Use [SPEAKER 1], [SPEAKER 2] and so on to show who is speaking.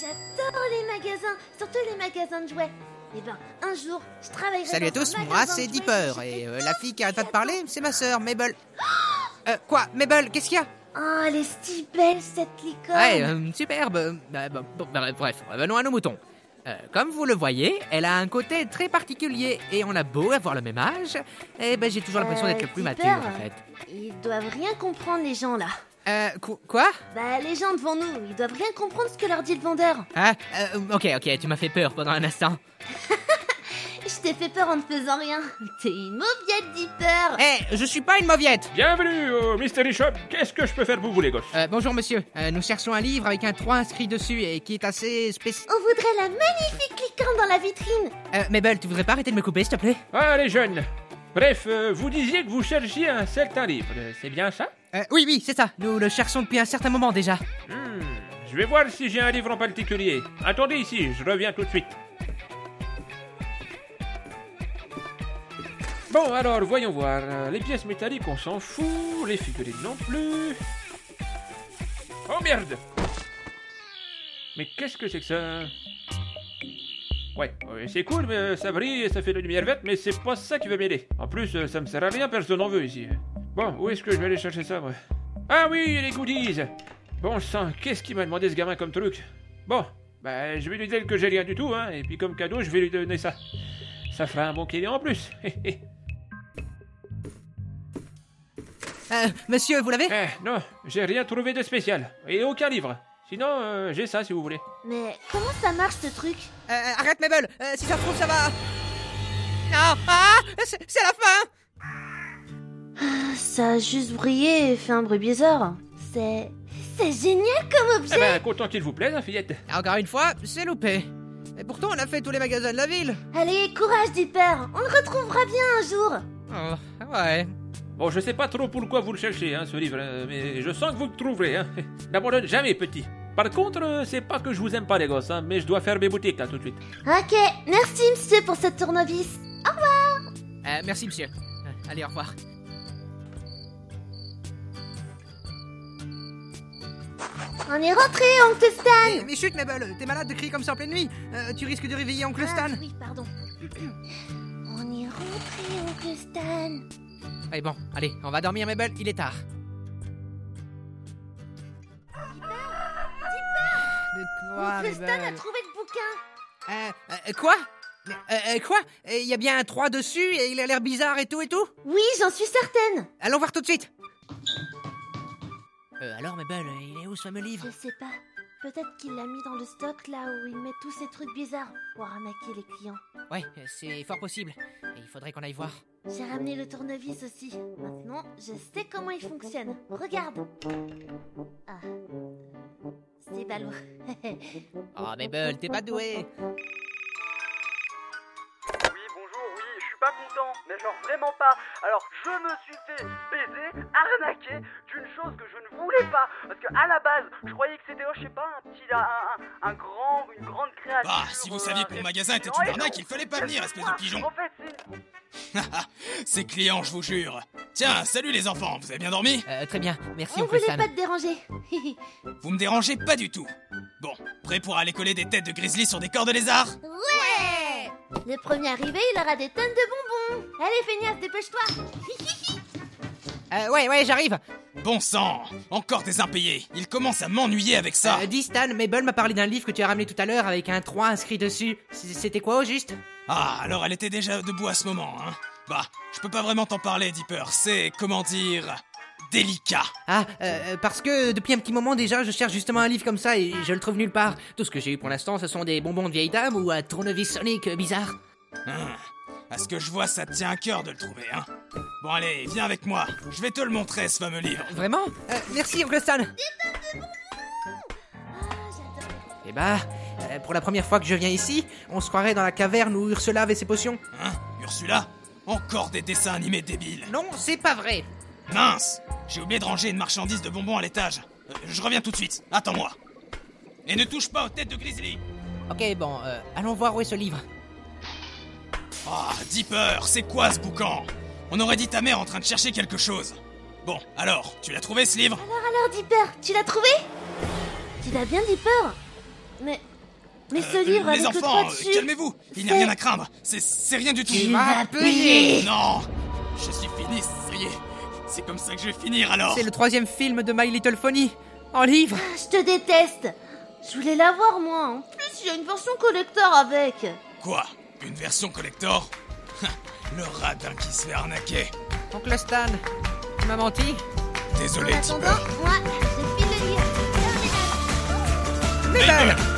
[SPEAKER 1] J'adore les magasins, surtout les magasins de jouets. Eh ben, un jour, je travaillerai
[SPEAKER 2] Salut à
[SPEAKER 1] dans un
[SPEAKER 2] tous, moi
[SPEAKER 1] magasin
[SPEAKER 2] c'est
[SPEAKER 1] de jouets
[SPEAKER 2] Dipper
[SPEAKER 1] j'achèterai
[SPEAKER 2] et euh,
[SPEAKER 1] tout
[SPEAKER 2] la
[SPEAKER 1] ce
[SPEAKER 2] fille qui
[SPEAKER 1] qu'il
[SPEAKER 2] arrête pas de
[SPEAKER 1] y a dedans.
[SPEAKER 2] parler, c'est ma sœur Mabel. Euh, quoi Mabel, qu'est-ce qu'il y a
[SPEAKER 1] Oh, elle est si belle cette licorne
[SPEAKER 2] Ouais, euh, superbe. Euh, bah, bah, bon, bah, bref, revenons à nos moutons. Euh, comme vous le voyez, elle a un côté très particulier et on a beau avoir le même âge, eh ben j'ai toujours l'impression
[SPEAKER 1] Euh,
[SPEAKER 2] d'être le plus
[SPEAKER 1] Dipper,
[SPEAKER 2] mature en fait.
[SPEAKER 1] Ils doivent rien comprendre, les gens là.
[SPEAKER 2] Euh, qu- quoi
[SPEAKER 1] Bah, les gens devant nous, ils doivent rien comprendre ce que leur dit le vendeur.
[SPEAKER 2] Ah, euh, ok, ok, tu m'as fait peur pendant un instant.
[SPEAKER 1] Je t'ai fait peur en ne faisant rien. T'es une mauviette, Dipper
[SPEAKER 2] Eh, je suis pas une mauviette
[SPEAKER 3] Bienvenue au Mystery Shop. Qu'est-ce que je peux faire pour vous, les gosses
[SPEAKER 2] Euh, Bonjour monsieur, Euh, nous cherchons un livre avec un 3 inscrit dessus et qui est assez spécial.
[SPEAKER 1] On voudrait la magnifique licorne dans la vitrine
[SPEAKER 2] Euh, Mabel, tu voudrais pas arrêter de me couper s'il te plaît
[SPEAKER 3] Ah, les jeunes. Bref, euh, vous disiez que vous cherchiez un certain livre. euh, C'est bien ça
[SPEAKER 2] Euh, Oui, oui, c'est ça, nous le cherchons depuis un certain moment déjà.
[SPEAKER 3] Hmm, Je vais voir si j'ai un livre en particulier. Attendez ici, je reviens tout de suite. Bon, alors, voyons voir. Euh, Les pièces métalliques, on s'en fout. Les figurines non plus. Oh merde Mais qu'est-ce que c'est que ça Ouais, ouais, c'est cool, mais ça brille et ça fait de la lumière verte, mais c'est pas ça qui va m'aider. En plus, euh, ça me sert à rien, personne n'en veut ici. Bon, où est-ce que je vais aller chercher ça, moi Ah oui, les goodies Bon sang, qu'est-ce qu'il m'a demandé ce gamin comme truc Bon, bah je vais lui dire que j'ai rien du tout, hein, et puis comme cadeau, je vais lui donner ça. Ça fera un bon client en plus. eh,
[SPEAKER 2] Euh, monsieur, vous l'avez
[SPEAKER 3] Eh, non, j'ai rien trouvé de spécial, et aucun livre. Sinon, euh, j'ai ça si vous voulez.
[SPEAKER 1] Mais comment ça marche ce truc
[SPEAKER 2] Euh, arrête Mabel, Euh, si ça se trouve ça va... Non, ah, c'est c'est la fin
[SPEAKER 1] Ça a juste brillé et fait un bruit bizarre. C'est. C'est génial comme
[SPEAKER 3] Eh
[SPEAKER 1] objet
[SPEAKER 3] ben, content qu'il vous plaise, hein, fillette.
[SPEAKER 2] Ah, Encore une fois, c'est loupé. Et pourtant on a fait tous les magasins de la ville.
[SPEAKER 1] Allez, courage, Dipper On le retrouvera bien un jour
[SPEAKER 2] Oh, ouais.
[SPEAKER 3] Bon, je sais pas trop pourquoi vous le cherchez, hein, ce livre, euh, mais je sens que vous le trouverez. Hein. N'abandonne jamais, petit. Par contre, euh, c'est pas que je vous aime pas, les gosses, hein, mais je dois faire mes boutiques là tout de suite.
[SPEAKER 1] Ok, merci monsieur pour cette tournevis
[SPEAKER 2] Euh, merci monsieur. Euh, Allez, au revoir.
[SPEAKER 1] On est rentré, oncle Stan
[SPEAKER 2] Eh, Mais, chut Mabel, t'es malade de crier comme ça en pleine nuit. Euh, tu risques de réveiller Oncle
[SPEAKER 1] Ah, Oui, pardon. On est rentré, oncle Stan
[SPEAKER 2] Eh bon, allez, on va dormir Mabel, il est tard. De
[SPEAKER 1] Oncle Stan a
[SPEAKER 2] Ah, Mabel
[SPEAKER 1] trouvé le bouquin
[SPEAKER 2] Euh, euh, Quoi Mais, euh, euh, Quoi Il y a bien un 3 dessus et il a l'air bizarre et tout et tout
[SPEAKER 1] Oui, j'en suis certaine
[SPEAKER 2] Allons voir tout de suite euh, Alors, Mabel, euh, il est où ce fameux livre
[SPEAKER 1] Je sais pas. Peut-être qu'il l'a mis dans le stock là où il met tous ces trucs bizarres pour arnaquer les clients.
[SPEAKER 2] Ouais, euh, c'est fort possible. Et il faudrait qu'on aille voir.
[SPEAKER 1] J'ai ramené le tournevis aussi. Maintenant, je sais comment il fonctionne. Regarde Ah. C'est ballot.
[SPEAKER 2] Oh, Mabel, t'es pas douée
[SPEAKER 4] Oui, bonjour, oui, je suis pas content, mais genre vraiment pas. Alors, je me suis fait baiser, arnaquer d'une chose que je ne voulais pas. Parce que à la base, je croyais que c'était, oh, je sais pas, un petit, un, un- un grand, une grande créature.
[SPEAKER 5] Bah, si vous saviez que mon
[SPEAKER 4] euh,
[SPEAKER 5] magasin était
[SPEAKER 4] non,
[SPEAKER 5] une
[SPEAKER 4] et
[SPEAKER 5] arnaque,
[SPEAKER 4] non.
[SPEAKER 5] il fallait pas venir, espèce de pigeon.
[SPEAKER 4] En fait, c'est une-
[SPEAKER 5] Ces clients, je vous jure. Tiens, salut les enfants, vous avez bien dormi
[SPEAKER 2] Euh, Très bien, merci,
[SPEAKER 1] On
[SPEAKER 2] oncle
[SPEAKER 1] voulait
[SPEAKER 2] Stan.
[SPEAKER 1] pas te déranger.
[SPEAKER 5] Vous me dérangez pas du tout. Bon, prêt pour aller coller des têtes de grizzly sur des corps de lézard
[SPEAKER 1] ouais Le premier arrivé, il aura des tonnes de bonbons. Allez, feignasse, dépêche-toi.
[SPEAKER 2] Euh, ouais, ouais, j'arrive
[SPEAKER 5] Bon sang, encore des impayés. Ils commencent à m'ennuyer avec ça.
[SPEAKER 2] Euh, dis, Stan, Mabel m'a parlé d'un livre que tu as ramené tout à l'heure avec un 3 inscrit dessus. C- C'était quoi, au juste
[SPEAKER 5] Ah, alors elle était déjà debout à ce moment, hein Bah, je peux pas vraiment t'en parler, Dipper. C'est, comment dire, délicat.
[SPEAKER 2] Ah, euh, parce que depuis un petit moment déjà, je cherche justement un livre comme ça et je le trouve nulle part. Tout ce que j'ai eu pour l'instant, ce sont des bonbons de vieille dame ou un tournevis sonique euh, bizarre.
[SPEAKER 5] Hum, à ce que je vois, ça te tient à cœur de le trouver, hein Bon allez, viens avec moi. Je vais te le montrer, ce fameux livre.
[SPEAKER 2] Vraiment Euh, Merci, oncle Stan
[SPEAKER 1] Ah, j'adore.
[SPEAKER 2] Eh bah, euh, pour la première fois que je viens ici, on se croirait dans la caverne où Ursula avait ses potions.
[SPEAKER 5] Hein Ursula Encore des dessins animés débiles.
[SPEAKER 2] Non, c'est pas vrai.
[SPEAKER 5] Mince J'ai oublié de ranger une marchandise de bonbons à l'étage. Euh, je reviens tout de suite. Attends-moi. Et ne touche pas aux têtes de Grizzly.
[SPEAKER 2] Ok, bon, euh, allons voir où est ce livre.
[SPEAKER 5] Ah, Dipper, c'est quoi ce boucan On aurait dit ta mère en train de chercher quelque chose. Bon, alors, tu l'as trouvé ce livre
[SPEAKER 1] Alors, alors, Dipper, tu l'as trouvé Tu vas bien, Dipper Mais Mais ce
[SPEAKER 5] Euh,
[SPEAKER 1] livre
[SPEAKER 5] les
[SPEAKER 1] avec le
[SPEAKER 5] enfants,
[SPEAKER 1] toit
[SPEAKER 5] euh,
[SPEAKER 1] dessus...
[SPEAKER 5] calmez-vous Il n'y a
[SPEAKER 1] c'est-
[SPEAKER 5] rien à craindre C'est- C'est rien du tout
[SPEAKER 1] Tu vas payer
[SPEAKER 5] Non Je suis fini, ça y est C'est comme ça que je vais finir alors
[SPEAKER 2] C'est le troisième film de My Little Pony en livre.
[SPEAKER 1] Ah, Je te déteste Je voulais l'avoir, moi En plus, il y a une version collector avec
[SPEAKER 5] Quoi Une version collector Le radin qui se fait arnaquer
[SPEAKER 2] Oncle Stan, tu m'as menti.
[SPEAKER 5] Désolé,
[SPEAKER 1] En attendant,
[SPEAKER 5] Tipper
[SPEAKER 1] moi, j'ai fini le livre
[SPEAKER 5] Neighbor